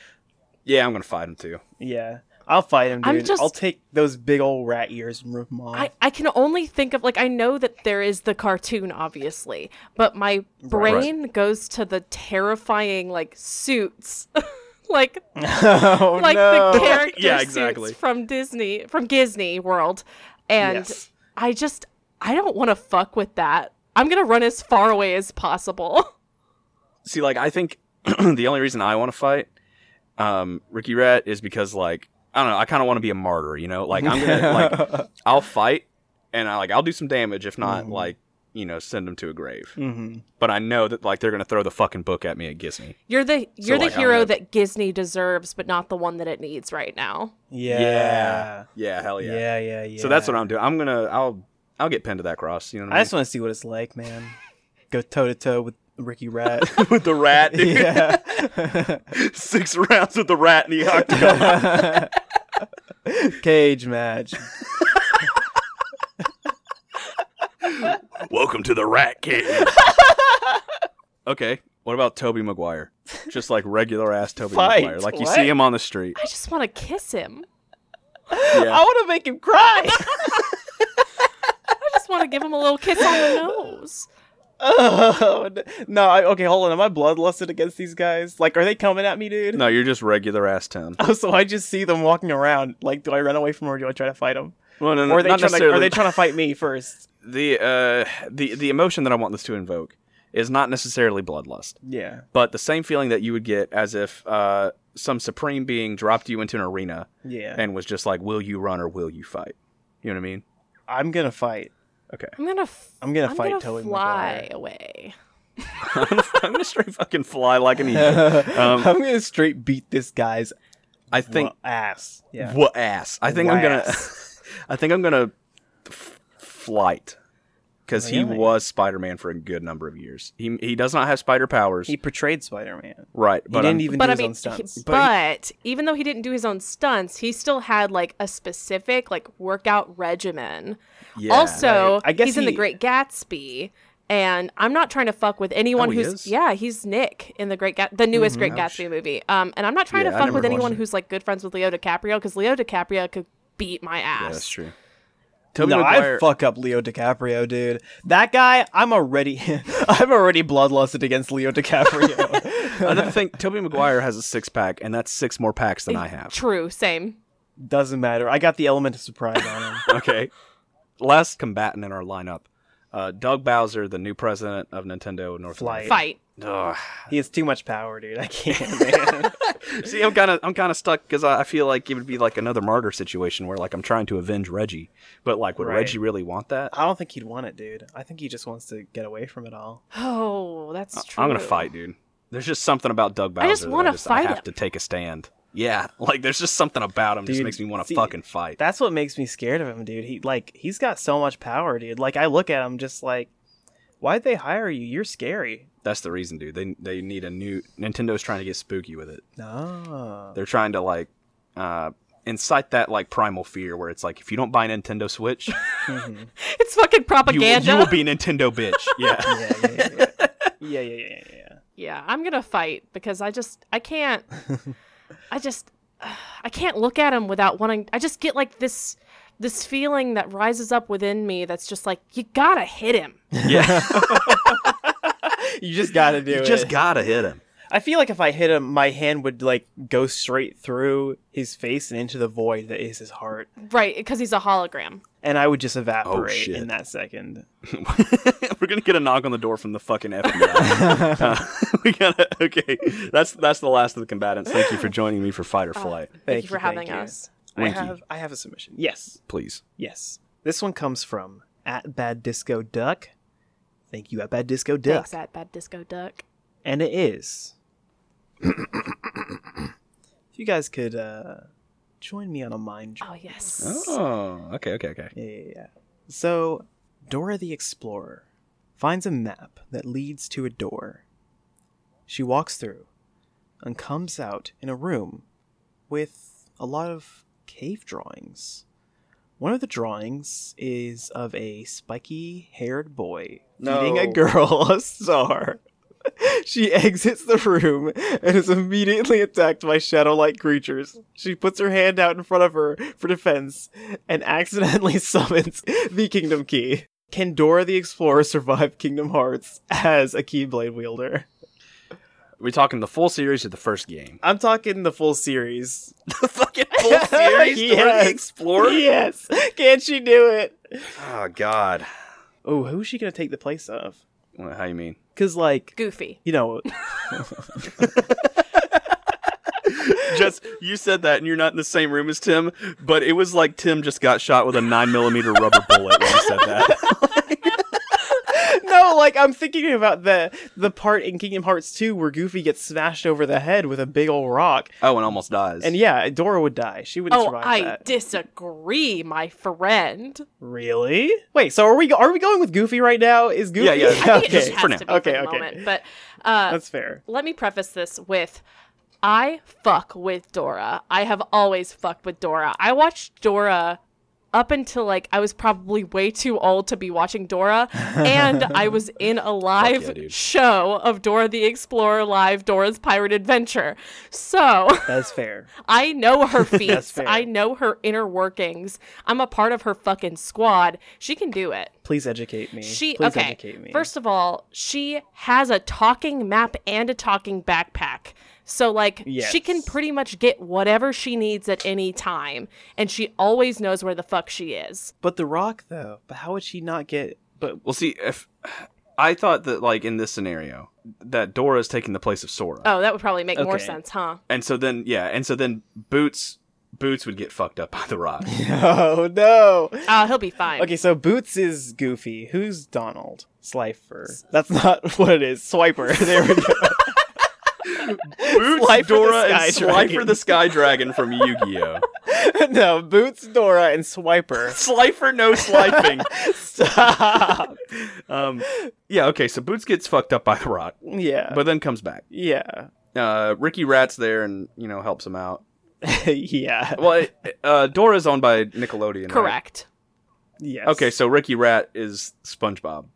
yeah, I'm gonna fight him too.
yeah. I'll fight him, dude.
I'm
i
just-
will take those big old rat ears and rip them off.
I, I can only think of like I know that there is the cartoon obviously, but my brain goes to the terrifying like suits. like
oh
like
no.
the character
Yeah,
suits
exactly.
from Disney from Disney World. And
Yes.
I just I don't want to fuck with that. I'm going to run as far away as possible.
See, like, I think the only reason I want to fight um, Ricky Rat is because, like, I don't know. I kind of want to be a martyr, you know. Like, I'm gonna like I'll fight, and I like I'll do some damage. If not,
Mhm.
like, you know, send him to a grave.
hmm
But I know that like they're gonna throw the fucking book at me at Gizme.
You're the you're the
like, I'm
hero
gonna-
that Disney deserves, but not the one that it needs right now.
Yeah.
Yeah, hell yeah.
Yeah, yeah, yeah.
So that's what I'm doing. I'm gonna I'll I'll get pinned to that cross. You know what
I
I
just want to see what it's like, man. Go toe to toe with Ricky Rat.
mean? with the rat, dude.
yeah.
Six rounds with the rat in the octagon.
Cage match.
Welcome to the rat cage. okay, what about Toby Maguire? Just like regular ass Toby
Fight,
Maguire. Like you
what?
see him on the street.
I just want to kiss him.
I want to make him cry.
I just want to give him a little kiss on the nose.
oh, no, I, okay, hold on. Am I bloodlusted against these guys? Like, are they coming at me, dude?
No, you're just regular ass Tim.
Oh, so I just see them walking around. Like, do I run away from them or do I try to fight them?
Well, no, no,
Or are they,
not
trying to,
necessarily.
are they trying to fight me first?
the uh, the the emotion that I want this to invoke is not necessarily bloodlust,
Yeah.
but the same feeling that you would get as if uh, some supreme being dropped you into an arena
Yeah.
and was just like, "Will you run or will you fight?" You know what I mean?
I'm going to fight.
I'm gonna f-
I'm going to
I'm
fight
gonna
Toby
fly
Maguire.
away.
I'm gonna- I'm gonna straight fucking fly like an eagle.
I'm
Um,
going to straight beat this guy's
I think
wa- ass. Yeah.
what ass? I think I'm gonna. I think I'm gonna f- flight because he
Really?
was Spider-Man for a good number of years. He he does not have spider powers,
He portrayed Spider-Man.
right?
He
But
didn't
I'm-
even
But
do
I
his
mean,
own stunts.
he-
But
but even though he didn't do his own stunts, he still had like a specific like workout regimen.
yeah.
also,
right. I guess
he's in the
he-
Great Gatsby, and I'm not trying to fuck with anyone
Oh, he
who's
is?
yeah, he's Nick in the Great Ga- the newest Great
Oh, sh-
Gatsby movie. Um, and I'm not trying
Yeah,
to
I
fuck
never
with
watched
anyone
it.
who's like good friends with Leo DiCaprio because Leo DiCaprio could beat my ass.
Yeah, that's true. Toby
no,
Maguire.
I fuck up Leo DiCaprio, dude. That guy, I'm already, I'm already bloodlusted against Leo DiCaprio.
Another thing, Toby Maguire has a six pack, and that's six more packs than I have.
True, same.
Doesn't matter. I got the element of surprise on him.
okay. Last combatant in our lineup, uh, Doug Bowser, the new president of Nintendo North
Flight.
Fight.
America.
He has too much power, dude. I can't, man.
Ugh. See, I'm kind of I'm kind of stuck because I, I feel like it would be like another martyr situation where like I'm trying to avenge Reggie, but like would
Right.
Reggie really want that?
I don't think he'd want it, dude. I think he just wants to get away from it all.
Oh, that's true.
I'm gonna fight, dude. There's just something about Doug Bowser.
I just
that
wanna
I
fight
have
him.
to take a stand. Yeah, like there's just something about him just
Dude,
makes me want to
see-
fucking fight.
That's what makes me scared of him, dude. He like he's got so much power, dude. Like I look at him just like why'd they hire you? You're scary.
That's the reason, dude. They they need a new Nintendo's trying to get spooky with it.
No.
They're trying to like uh incite that like primal fear where it's like if you don't buy Nintendo Switch,
Mhm.
It's fucking
you, will-
propaganda.
you will be Nintendo bitch. Yeah.
yeah, yeah, yeah, yeah. yeah, yeah, yeah, yeah, yeah.
yeah, I'm gonna fight because I just I can't. I just I can't look at him without wanting. I just get like this this feeling that rises up within me that's just like you gotta hit him.
yeah.
You just gotta do
you
it.
just gotta hit him.
I feel like if I hit him, my hand would like go straight through his face and into the void that is his heart,
Right, because he's a hologram.
and I would just evaporate
Oh, shit.
in that second.
We're gonna get a knock on the door from the fucking FBI. Uh, we gotta okay. That's that's the last of the combatants. Thank you for joining me for fight
Uh,
or flight.
Thank,
Thank
you for
you, thank
having
you.
us.
Winky.
I have I have a submission. Yes.
Please.
Yes. This one comes from at Bad Disco Duck. Thank you, at Bad Disco Duck.
Thanks, at Bad Disco Duck.
And it is. if you guys could uh, join me on a mind
Oh
journey.
yes.
Oh, okay, okay, okay.
Yeah, yeah, yeah. So, Dora the Explorer finds a map that leads to a door. She walks through and comes out in a room with a lot of cave drawings. One of the drawings is of a spiky haired boy feeding a
No.
girl a star. She exits the room and is immediately attacked by shadow like creatures. She puts her hand out in front of her for defense and accidentally summons the Kingdom Key. Can Dora the Explorer survive Kingdom Hearts as a Keyblade wielder?
Are we talking the full series or the first game?
I'm talking the full series.
the fucking full series
Yes.
Explorer?
Yes! Can she do it?
Oh god.
Oh, who's she gonna take the place of?
Well, how you mean?
Because, like,
Goofy.
you know,
Just you said that, and you're not in the same room as Tim, but it was like Tim just got shot with a nine millimeter rubber bullet when you said that.
no, like I'm thinking about the the part in Kingdom Hearts 2 where Goofy gets smashed over the head with a big old rock,
Oh, and almost dies.
and yeah, Dora would die. She wouldn't
Oh,
survive
I
that.
disagree, my friend.
really? Wait, so are we are we going with Goofy right now? Is Goofy?
Yeah, yeah.
I think it just
okay,
has
for now.
to be
Okay,
for the
okay.
moment. But uh,
that's fair.
let me preface this with I fuck with Dora. I have always fucked with Dora. I watched Dora up until like I was probably way too old to be watching Dora and I was in a live
yeah, dude.
show of Dora the Explorer live Dora's Pirate Adventure. So,
That's fair.
I know her feats.
fair.
I know her inner workings. I'm a part of her fucking squad. She can do it.
Please educate me.
She
Please
okay.
educate me.
First of all, she has a talking map and a talking backpack. So like she can
Yes.
pretty much get whatever she needs at any time and she always knows where the fuck she is.
but the rock though, but how would she not get? But
Well, see, if I thought that, like in this scenario, that Dora is taking the place of Sora,
Oh, that would probably make more
Okay.
sense, huh?
and so then yeah, and so then Boots Boots would get fucked up by the Rock.
oh no.
Uh, he'll be fine.
Okay, so Boots is Goofy. Who's Donald? Slifer. That's not what it is. Swiper. There we go.
Boots,
Slifer the
Dora,
Sky
and Slifer
Dragon.
the Sky Dragon from Yu-Gi-Oh.
no, Boots, Dora, and Swiper.
Slifer, no slifing.
Stop.
um, yeah, okay. So Boots gets fucked up by the Rock,
yeah.
but then comes back.
yeah.
Uh, Ricky Rat's there and you know helps him out.
yeah.
Well, uh, Dora's owned by Nickelodeon. right?
Correct.
Yes.
Okay, so Ricky Rat is SpongeBob.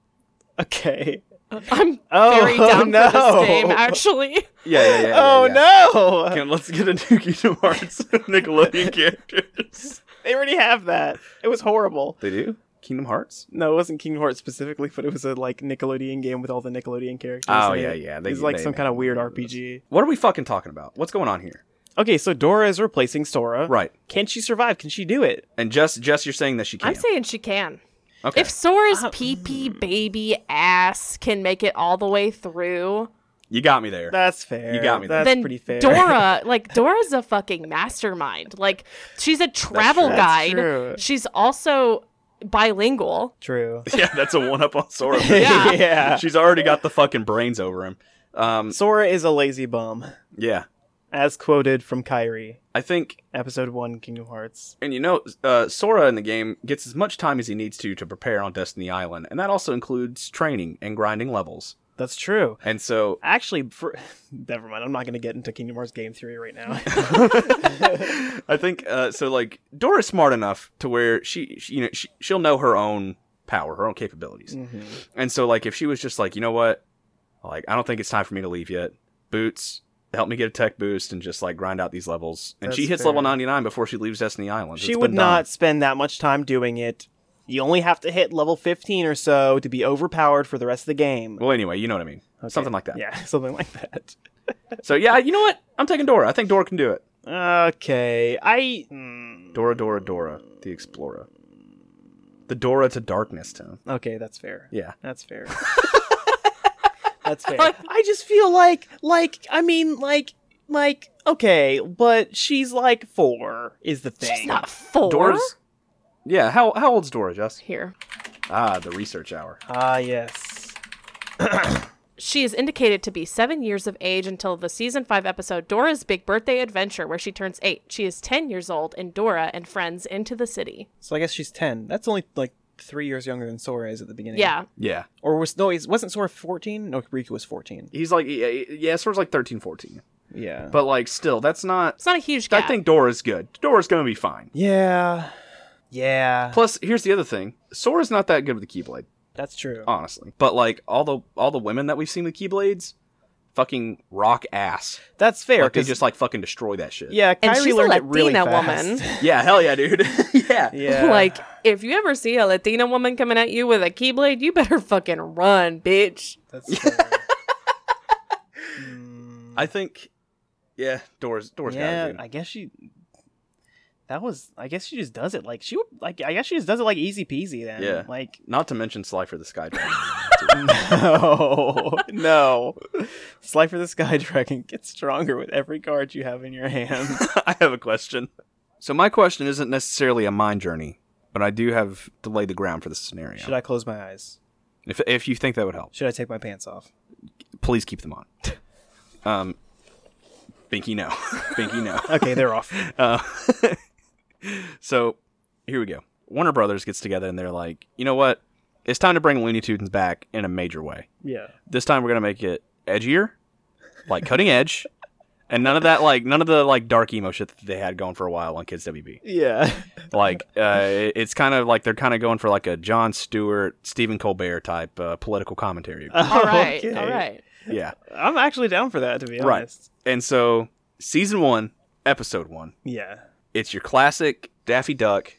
Okay.
I'm
Oh,
very down
no.
for this game actually.
Yeah, yeah, yeah. yeah,
oh
yeah.
no.
Okay, let's get into Kingdom Hearts Nickelodeon characters.
They already have that. It was horrible.
They do? Kingdom Hearts?
No, it wasn't Kingdom Hearts specifically, but it was a like Nickelodeon game with all the Nickelodeon characters.
Oh,
in
yeah,
it.
yeah,
It
they-
was like
they
some
made
kind of
one
weird
of those.
RPG.
What are we fucking talking about? What's going on here?
Okay, so Dora is replacing Sora.
Right.
Can she survive? Can she do it?
And Jess, Jess, you're saying that she
I'm
can't.
saying she can. hmm.
okay.
If Sora's
Uh,
pee pee baby ass can make it all the way through,
you got me there.
That's fair.
You got me there.
That's
then
pretty fair.
Dora, like Dora's a fucking mastermind. Like she's a travel
true.
That's
guide.
true.
She's also bilingual.
True.
yeah, that's a one up on Sora.
Yeah.
yeah.
She's already got the fucking brains over him. Um,
Sora is a lazy bum,
yeah.
as quoted from Kyrie,
I think
episode one, Kingdom Hearts.
And you know, uh, Sora in the game gets as much time as he needs to to prepare on Destiny Island, and that also includes training and grinding levels.
That's true.
And so,
Actually, for never mind. I'm not going to get into Kingdom Hearts game theory right now.
I think uh, so. Like Dora's smart enough to where she, she you know, she, she'll know her own power, her own capabilities.
Mhm.
And so, like, if she was just like, you know what, like, I don't think it's time for me to leave yet. Boots, help me get a tech boost and just like grind out these levels. And she
That's
hits
fair.
level ninety nine before she leaves Destiny Island.
She
It's
would
been done.
not spend that much time doing it. You only have to hit level 15 or so to be overpowered for the rest of the game.
Well, anyway, you know what I mean.
Okay.
Something like that.
Yeah, something like that.
So yeah, you know what? I'm taking Dora. I think Dora can do it.
Okay, I. mm,
Dora, Dora, Dora, the explorer. The Dora to darkness tone.
Okay, that's fair.
Yeah.
That's fair. that's fair. I just feel like, like, I mean, like, like, okay, but she's like four is the thing.
She's not four.
Dora's. Yeah. How how old's Dora, Jess?
Here.
Ah, the research hour.
Ah, yes.
She is indicated to be seven years of age until the season five episode Dora's Big Birthday Adventure, where she turns eight. She is 10 years old in Dora and Friends Into the City.
So I guess she's ten. That's only like three years younger than Sora is at the beginning.
Yeah.
Yeah.
Or was no? is- Wasn't Sora fourteen? No, Riku was fourteen.
He's like yeah, yeah Sora's like 13, 14.
Yeah.
But like still, that's not.
It's not a huge gap.
I think Dora's good. Dora's gonna be fine.
yeah, yeah,
Plus, here's the other thing: Sora's not that good with the Keyblade,
that's true.
honestly. But like all the all the women that we've seen with Keyblades, fucking rock ass.
that's fair.
Like they
'cause-
just like fucking destroy that shit.
yeah, Kyrie
And she's a
learned it really
Latina
fast.
woman.
Yeah. Hell yeah, dude. yeah.
yeah,
Like, if you ever see a Latina woman coming at you with a keyblade, you better fucking run, bitch.
that's fair. Mm,
I think. Yeah. Dora's Dora's got it.
yeah,
dude.
I guess she. That was. I guess she just does it like she would. Like I guess she just does it like easy peasy. Then
Yeah.
like.
Not to mention Slifer the Sky Dragon.
No, no. Slifer the Sky Dragon gets stronger with every card you have in your hand.
I have a question. So my question isn't necessarily a mind journey, but I do have to lay the ground for this scenario.
Should I close my eyes?
If if you think that would help,
Should I take my pants off?
please keep them on. Um, Binky, no, Binky, no.
Okay, they're off.
Uh, so here we go. Warner Brothers gets together and they're like, you know what? It's time to bring Looney Tunes back in a major way.
Yeah.
this time we're gonna make it edgier, like cutting edge, and none of that like none of the like dark emo shit that they had going for a while on Kids WB.
Yeah.
Like uh, it- it's kind of like they're kind of going for like a John Stewart, Stephen Colbert type uh, political commentary.
All right. All right.
yeah,
I'm actually down for that, to be
Right.
honest.
and so season one, episode one,
Yeah.
it's your classic Daffy Duck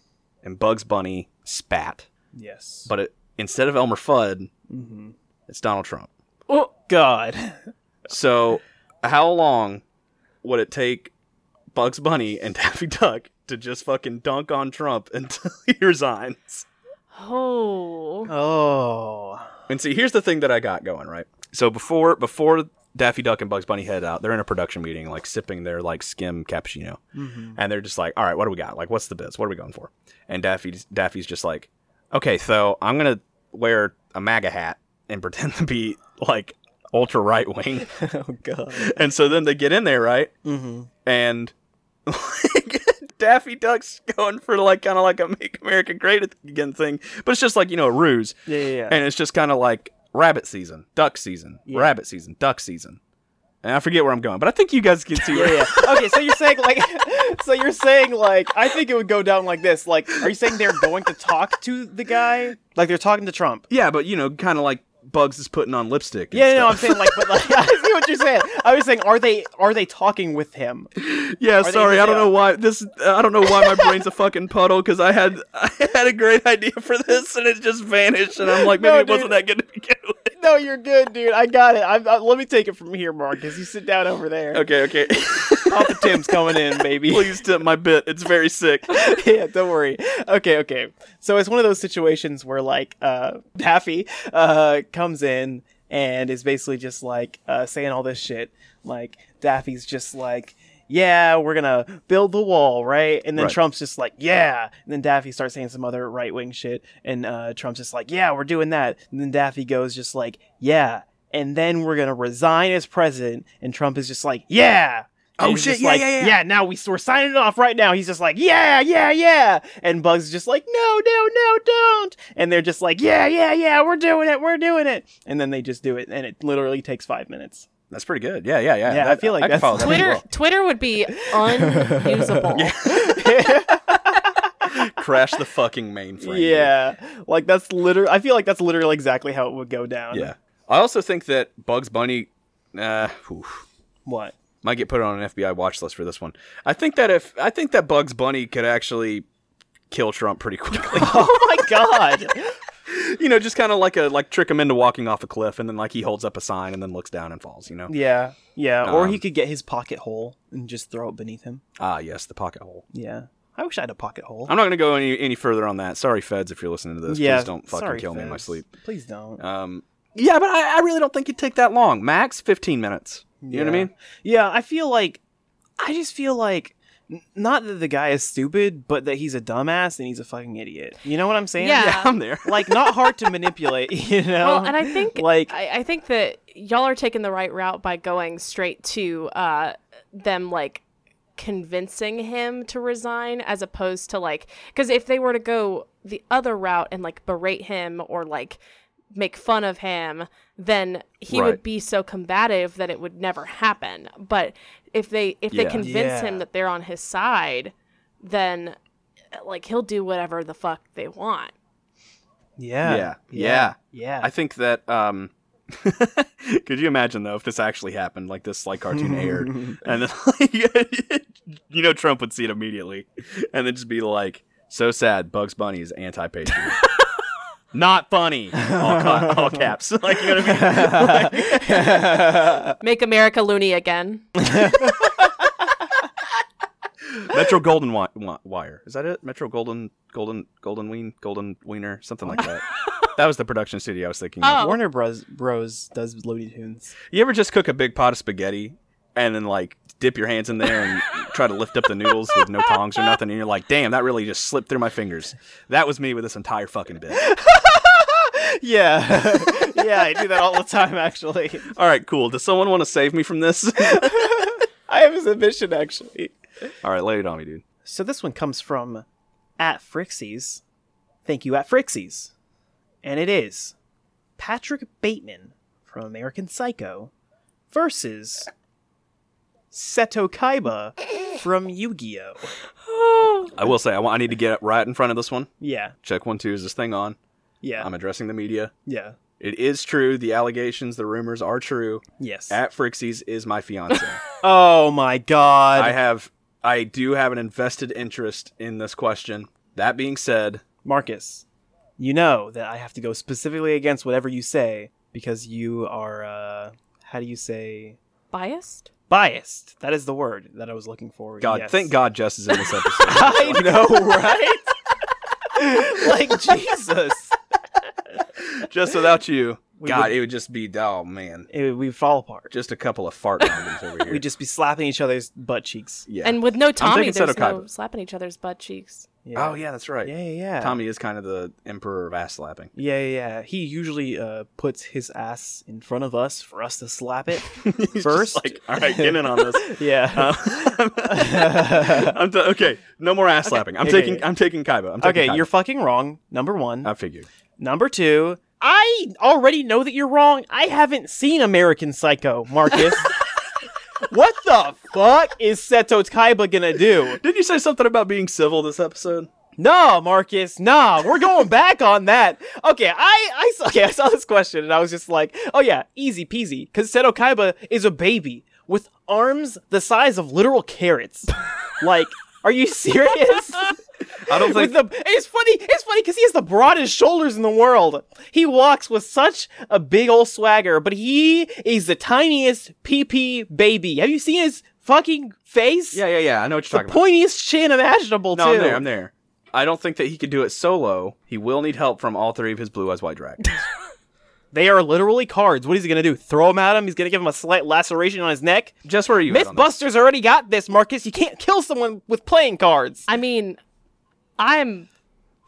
and Bugs Bunny spat,
Yes.
but it, instead of Elmer Fudd,
mm-hmm.
it's Donald Trump.
oh God.
So, how long would it take Bugs Bunny and Daffy Duck to just fucking dunk on Trump until he resigns?
Oh.
Oh.
And see, here's the thing that I got going right. So before before Daffy Duck and Bugs Bunny head out, they're in a production meeting, like sipping their like skim cappuccino,
Mm-hmm.
and they're just like, "All right, what do we got? Like, what's the biz? What are we going for?" And Daffy's Daffy's just like, "Okay, so I'm gonna wear a MAGA hat and pretend to be like ultra right wing."
oh God.
and so then they get in there, right?
Mm-hmm.
and Daffy Duck's going for like kind of like a Make America Great Again thing, but it's just like you know a ruse,
Yeah, yeah, yeah.
and it's just kind of like rabbit season, duck season,
Yeah.
rabbit season, duck season, and I forget where I'm going, but I think you guys can see.
yeah,
where-
yeah. Okay, so you're saying like, so you're saying like, I think it would go down like this. Like, are you saying they're going to talk to the guy? Like they're talking to Trump?
yeah, but you know, kind of like Bugs is putting on lipstick. and
Yeah, no, I'm
stuff.
saying like, but like, I see what you're saying. I was saying, are they are they talking with him?
yeah.
they- uh,
Sorry, I don't
yeah.
know why this. uh, I don't know why my brain's a fucking puddle because I had I had a great idea for this and it just vanished and I'm like
No,
maybe it
dude.
wasn't that good to begin with.
No, you're good, dude. I got it. I'm, I, let me take it from here, Marcus. You sit down over there.
Okay, okay.
Papa Tim's coming in, baby.
Please tip my bit. It's very sick.
yeah, don't worry. Okay, okay. So it's one of those situations where like uh Daffy uh comes in and is basically just like uh saying all this shit. Like Daffy's just like yeah, we're gonna build the wall, right? And then
Right.
Trump's just like, yeah. And then Daffy starts saying some other right wing shit, and uh, Trump's just like, yeah, we're doing that. And then Daffy goes just like, yeah. And then we're gonna resign as president, and Trump is just like, yeah. And
Oh,
he's
shit,
just
yeah,
like,
yeah, yeah.
now we, we're signing it off right now. He's just like, yeah, yeah, yeah. And Bugs is just like, no, no, no, don't. And they're just like, yeah, yeah, yeah, we're doing it, we're doing it. And then they just do it, and it literally takes five minutes.
That's pretty good. Yeah, yeah, yeah.
Yeah, I feel
I
like
can
that's-
follow that pretty
Twitter
well.
Twitter would be unusable.
Crash the fucking mainframe.
Yeah, like that's literally. I feel like that's literally exactly how it would go down.
Yeah. I also think that Bugs Bunny uh, whew,
What?
might get put on an FBI watch list for this one. I think that if I think that Bugs Bunny could actually kill Trump pretty quickly.
Oh my god.
you know, just kind of like a like trick him into walking off a cliff and then like he holds up a sign and then looks down and falls, you know.
yeah. Yeah. or he
Um,
could get his pocket hole and just throw it beneath him.
Ah, yes, the pocket hole.
Yeah. I wish I had a pocket hole.
I'm not going to go any any further on that. Sorry feds if you're listening to this.
yeah.
Please don't fucking
sorry,
kill me in my
Fez.
sleep.
Please don't.
Um yeah, but I, I really don't think it'd take that long. Max 15 minutes. You know what I
Yeah.
mean?
Yeah, I feel like I just feel like n- not that the guy is stupid, but that he's a dumbass and he's a fucking idiot. You know what I'm saying?
Yeah.
Yeah, I'm there.
Like not hard to manipulate, you know.
Well, and I think
like
I, I think that y'all are taking the right route by going straight to uh, them like convincing him to resign as opposed to like because if they were to go the other route and like berate him or like make fun of him then he
Right.
would be so combative that it would never happen but if they if they
Yeah.
Yeah.
convince him that they're on his side then like he'll do whatever the fuck they want
yeah.
Yeah.
Yeah.
Yeah.
Yeah.
I think that um could you imagine though if this actually happened like this like cartoon aired and then like you know Trump would see it immediately and then just be like so sad Bugs Bunny is anti-patriot. Not funny. All, ca- all caps. like you know what I mean? Like-
make america loony again
Metro Golden wi- Wi- Wire. Is that it? Metro Golden Golden Golden Ween Golden Wiener something like that. that was the production studio I was thinking of.
Oh.
Warner Bros. Bros. does Looney Tunes.
You ever just cook a big pot of spaghetti and then like dip your hands in there and try to lift up the noodles with no tongs or nothing, and you're like, "Damn, that really just slipped through my fingers." That was me with this entire fucking bit.
Yeah. yeah, I do that all the time actually.
All right, cool. Does someone want to save me from this?
I have a submission actually.
All right, lay it on me, dude.
So this one comes from at Frixies. Thank you, at Frixies. And it is Patrick Bateman from American Psycho versus Seto Kaiba from Yu-Gi-Oh!
I will say, I, want, I need to get up right in front of this one.
Yeah,
Check one, two. Is this thing on?
yeah,
I'm addressing the media.
yeah.
It is true. The allegations, the rumors are true.
Yes.
At Frixies is my fiance.
oh my god.
I have, I do have an invested interest in this question. That being said,
Marcus, you know that I have to go specifically against whatever you say because you are uh how do you say
biased
biased. That is the word that I was looking for.
God,
Yes.
thank God Jess is in this episode.
I know, right? like Jesus,
just without you,
We
God,
would-
it would just be oh man,
It- we fall apart.
just a couple of fart bombs over here.
We'd just be slapping each other's butt cheeks.
yeah.
And with no Tommy,
taking Seto
there's no
Kaiba.
slapping each other's butt cheeks.
oh yeah, that's right.
yeah, yeah, yeah.
Tommy is kind of the emperor of ass slapping.
Yeah, yeah, yeah. He usually uh, puts his ass in front of us for us to slap it
He's just
first.
like all right, get in on this.
yeah.
Um, I'm t- okay, no more ass slapping. I'm
okay.
taking, I'm taking Kaiba. I'm taking
okay,
Kaiba.
you're fucking wrong. Number one.
I figured.
Number two. I already know that you're wrong. I haven't seen American Psycho, Marcus. what the fuck is Seto Kaiba gonna do?
Didn't you say something about being civil this episode?
No, Marcus. No, we're going back on that. Okay, I, I saw, okay, I saw this question and I was just like, oh yeah, easy peasy. Because Seto Kaiba is a baby with arms the size of literal carrots. like, are you serious?
I don't think
with the, and it's funny. It's funny because he has the broadest shoulders in the world. He walks with such a big old swagger, but he is the tiniest PP baby. Have you seen his fucking face?
Yeah, yeah, yeah. I know what you're
the
talking about.
pointiest chin imaginable.
No,
too.
I'm there. I'm there. I don't think that he could do it solo. He will need help from all three of his blue eyes white dragons.
They are literally cards. What is he gonna do? Throw them at him? He's gonna give him a slight laceration on his neck.
Just where are you? at on this?
MythBusters already got this, Marcus. You can't kill someone with playing cards.
I mean, I'm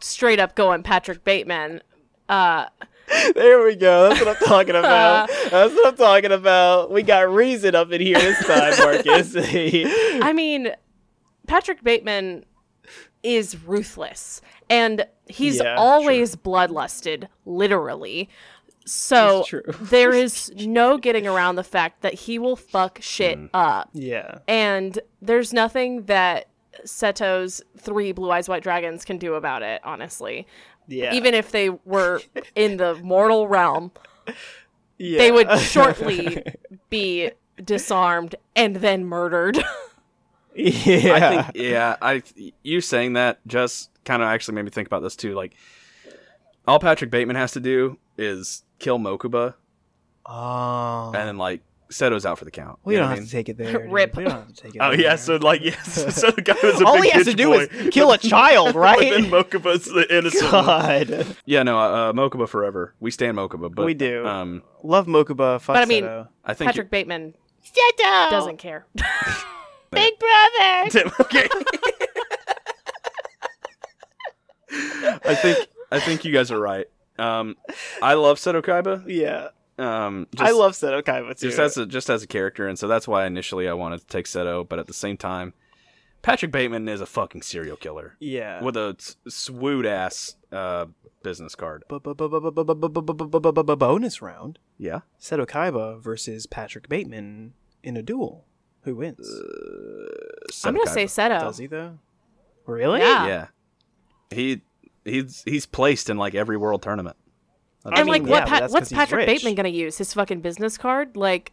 straight up going Patrick Bateman. Uh,
There we go. That's what I'm talking about. That's what I'm talking about. We got reason up in here this time, Marcus.
I mean, Patrick Bateman is ruthless and he's
Yeah,
always bloodlusted, literally. So
It's true.
there is no getting around the fact that he will fuck shit
Mm.
up.
yeah.
And there's nothing that Seto's three blue eyes white dragons can do about it, honestly.
Yeah.
Even if they were in the mortal realm,
Yeah.
they would shortly be disarmed and then murdered.
yeah.
I think yeah, I you saying that just kind of actually made me think about this too. Like all Patrick Bateman has to do is kill Mokuba
oh.
and then like Seto's out for the count.
we
You
don't
know what
have
I
to take it there. dude.
Rip.
We don't have to take it
Oh
there.
yeah, so like yes, so the guy was a
All
big
he has to
bitch
do
boy,
is kill a child,
but
right?
then Mokuba's the innocent. one.
God.
mean? yeah, no, uh, Mokuba forever. We stand Mokuba, but
We do.
Um,
Love Mokuba. Fuck
But I mean-
Seto.
I think
Patrick Bateman doesn't care.
Tim, okay.
I think I think you guys are right. Um, I love Seto Kaiba.
Yeah.
Um,
I
just-
love Seto Kaiba too.
just as a just as a character, and so that's why initially I wanted to take Seto, but at the same time, Patrick Bateman is a fucking serial killer
yeah.
with a s- swoot ass uh, business card.
bonus round.
Yeah,
Seto Kaiba versus Patrick Bateman in a duel. Who wins?
Oh. I'm gonna say Seto.
Does he though? Really?
Yeah.
yeah. He he's he's placed in like every world tournament.
I
and
mean,
like,
yeah,
what?
but
Pa-
that's 'cause
what's
he's
Patrick
rich.
Bateman gonna use? His fucking business card? Like,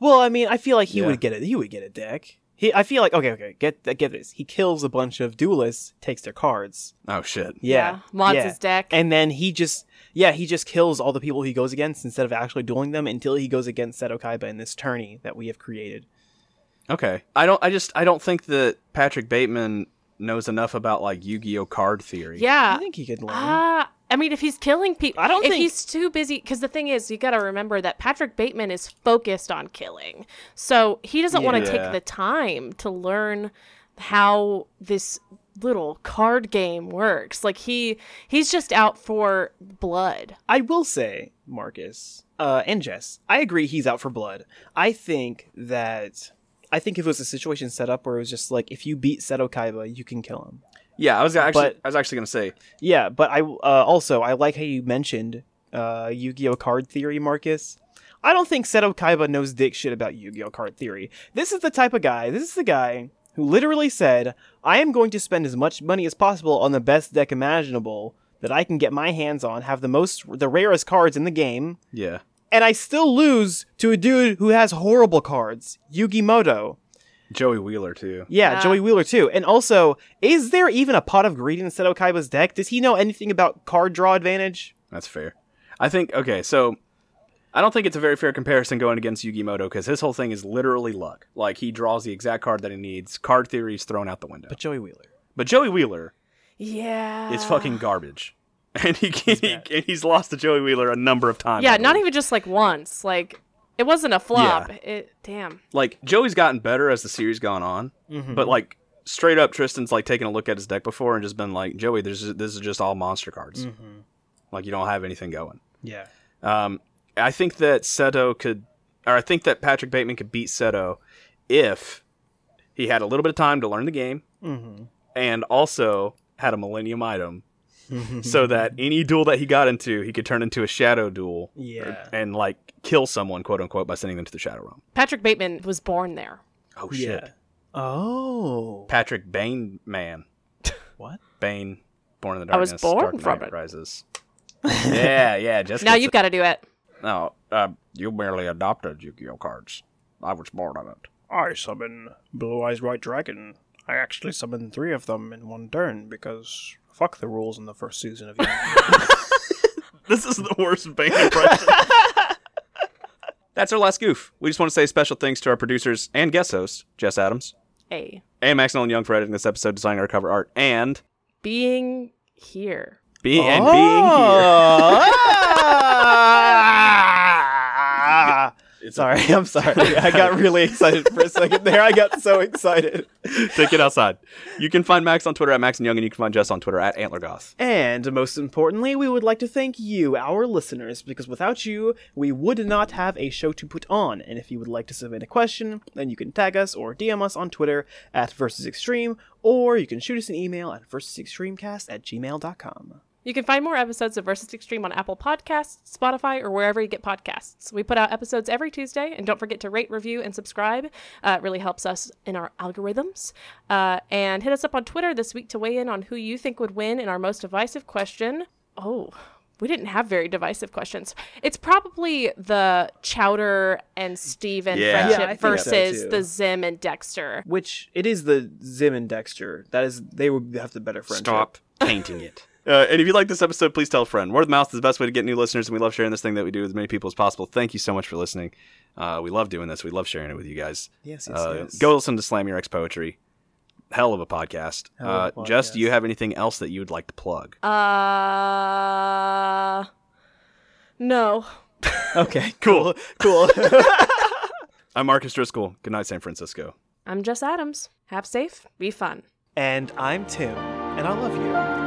Well, I mean, I feel like he
Yeah.
would get it. He would get a deck. He, I feel like okay, okay, get get this. He kills a bunch of duelists, takes their cards.
Oh shit!
Yeah,
mods
yeah.
his deck.
and then he just yeah he just kills all the people he goes against instead of actually dueling them until he goes against Seto Kaiba in this tourney that we have created.
Okay, I don't. I just I don't think that Patrick Bateman knows enough about like Yu-Gi-Oh card theory.
I
yeah.
think he could learn.
Ah, I mean, if he's killing people,
I don't
If
think-
he's too busy, because the thing is, you got to remember that Patrick Bateman is focused on killing, so he doesn't want to
Yeah.
take the time to learn how this little card game works. Like he, he's just out for blood.
I will say, Marcus uh, and Jess, I agree he's out for blood. I think that I think if it was a situation set up where it was just like if you beat Seto Kaiba, you can kill him.
yeah. I was actually
But-
I was actually gonna say
Yeah, but I uh, also I like how you mentioned uh, Yu-Gi-Oh card theory, Marcus. I don't think Seto Kaiba knows dick shit about Yu-Gi-Oh card theory. This is the type of guy. This is the guy who literally said, "I am going to spend as much money as possible on the best deck imaginable that I can get my hands on, have the most, the rarest cards in the game,
yeah.
and I still lose to a dude who has horrible cards, Yugi Moto."
Joey Wheeler too.
Yeah,
Yeah.
Joey Wheeler too. And also, is there even a pot of greed in Seto Kaiba's deck? Does he know anything about card draw advantage?
That's fair. I think okay, so I don't think it's a very fair comparison going against Yugi Moto because his whole thing is literally luck. Like he draws the exact card that he needs. Card theory is thrown out the window.
But Joey Wheeler.
But Joey Wheeler
Yeah,
is fucking garbage, and he, can, he and he's lost to Joey Wheeler a number of times. I
Yeah, not
believe.
even just like once. Like it wasn't a flop. It damn.
like Joey's gotten better as the series gone on,
Mm-hmm.
but like straight up Tristan's like taken a look at his deck before and just been like, Joey, there's this is just all monster cards. Like you don't have anything going.
Mm-hmm. Yeah.
Um, I think that Seto could, or I think that Patrick Bateman could beat Seto if he had a little bit of time to learn the game Mm-hmm. and also had a Millennium item
Mm-hmm.
so that any duel that he got into, he could turn into a shadow duel
Yeah.
and like kill someone, quote unquote, by sending them to the shadow realm.
Patrick Bateman was born there.
Oh,
Yeah.
shit.
Oh.
Patrick Bane Man.
What?
Bane Born in the
I was
Darkness.
born
Dark
from
Knight
it.
Rises. yeah, yeah. Just
Now you've got to do it.
No, uh, you merely adopted Yu-Gi-Oh cards. I was born on it.
I summon Blue Eyes White Dragon. I actually summoned three of them in one turn because fuck the rules in the first season of Yu-Gi-Oh.
This is the worst Bane impression.
That's our last goof. We just want to say special thanks to our producers and guest host, Jess Adams,
Hey,
and Max Nolan Young for editing this episode, designing our cover art, and
being here.
being and
Oh.
being here. It's
Ah. sorry, I'm sorry. I got really excited for a second there. I got so excited.
Take it outside. You can find Max on Twitter at Max and Young, and you can find Jess on Twitter at AntlerGoth.
And most importantly, we would like to thank you, our listeners, because without you, we would not have a show to put on. And if you would like to submit a question, then you can tag us or DM us on Twitter at Versus Extreme, or you can shoot us an email at versusextremecast at gmail.com.
You can find more episodes of Versus Extreme on Apple Podcasts, Spotify, or wherever you get podcasts. We put out episodes every Tuesday, and don't forget to rate, review, and subscribe. Uh, it really helps us in our algorithms. Uh, and hit us up on Twitter this week to weigh in on who you think would win in our most divisive question. Oh, we didn't have very divisive questions. It's probably the Chowder and Steven
Yeah.
friendship
Yeah, I think so,
versus
too.
the Zim and Dexter.
Which it is the Zim and Dexter. That is, they would have the better friendship.
painting it. Uh, and if you like this episode, please tell a friend. Word of mouth is the best way to get new listeners, and we love sharing this thing that we do with as many people as possible. Thank you so much for listening. Uh, we love doing this. We love sharing it with you guys.
Yes, yes,
Uh,
yes.
Go listen to Slam Your Ex Poetry. Hell of a podcast.
Hell of a
Uh, Jess, do you
podcast.
have anything else that you would like to plug?
Uh, no.
Okay.
Cool. Cool. I'm Marcus Driscoll. Good night, San Francisco.
I'm Jess Adams. Have safe, be fun.
And I'm Tim, and I love you.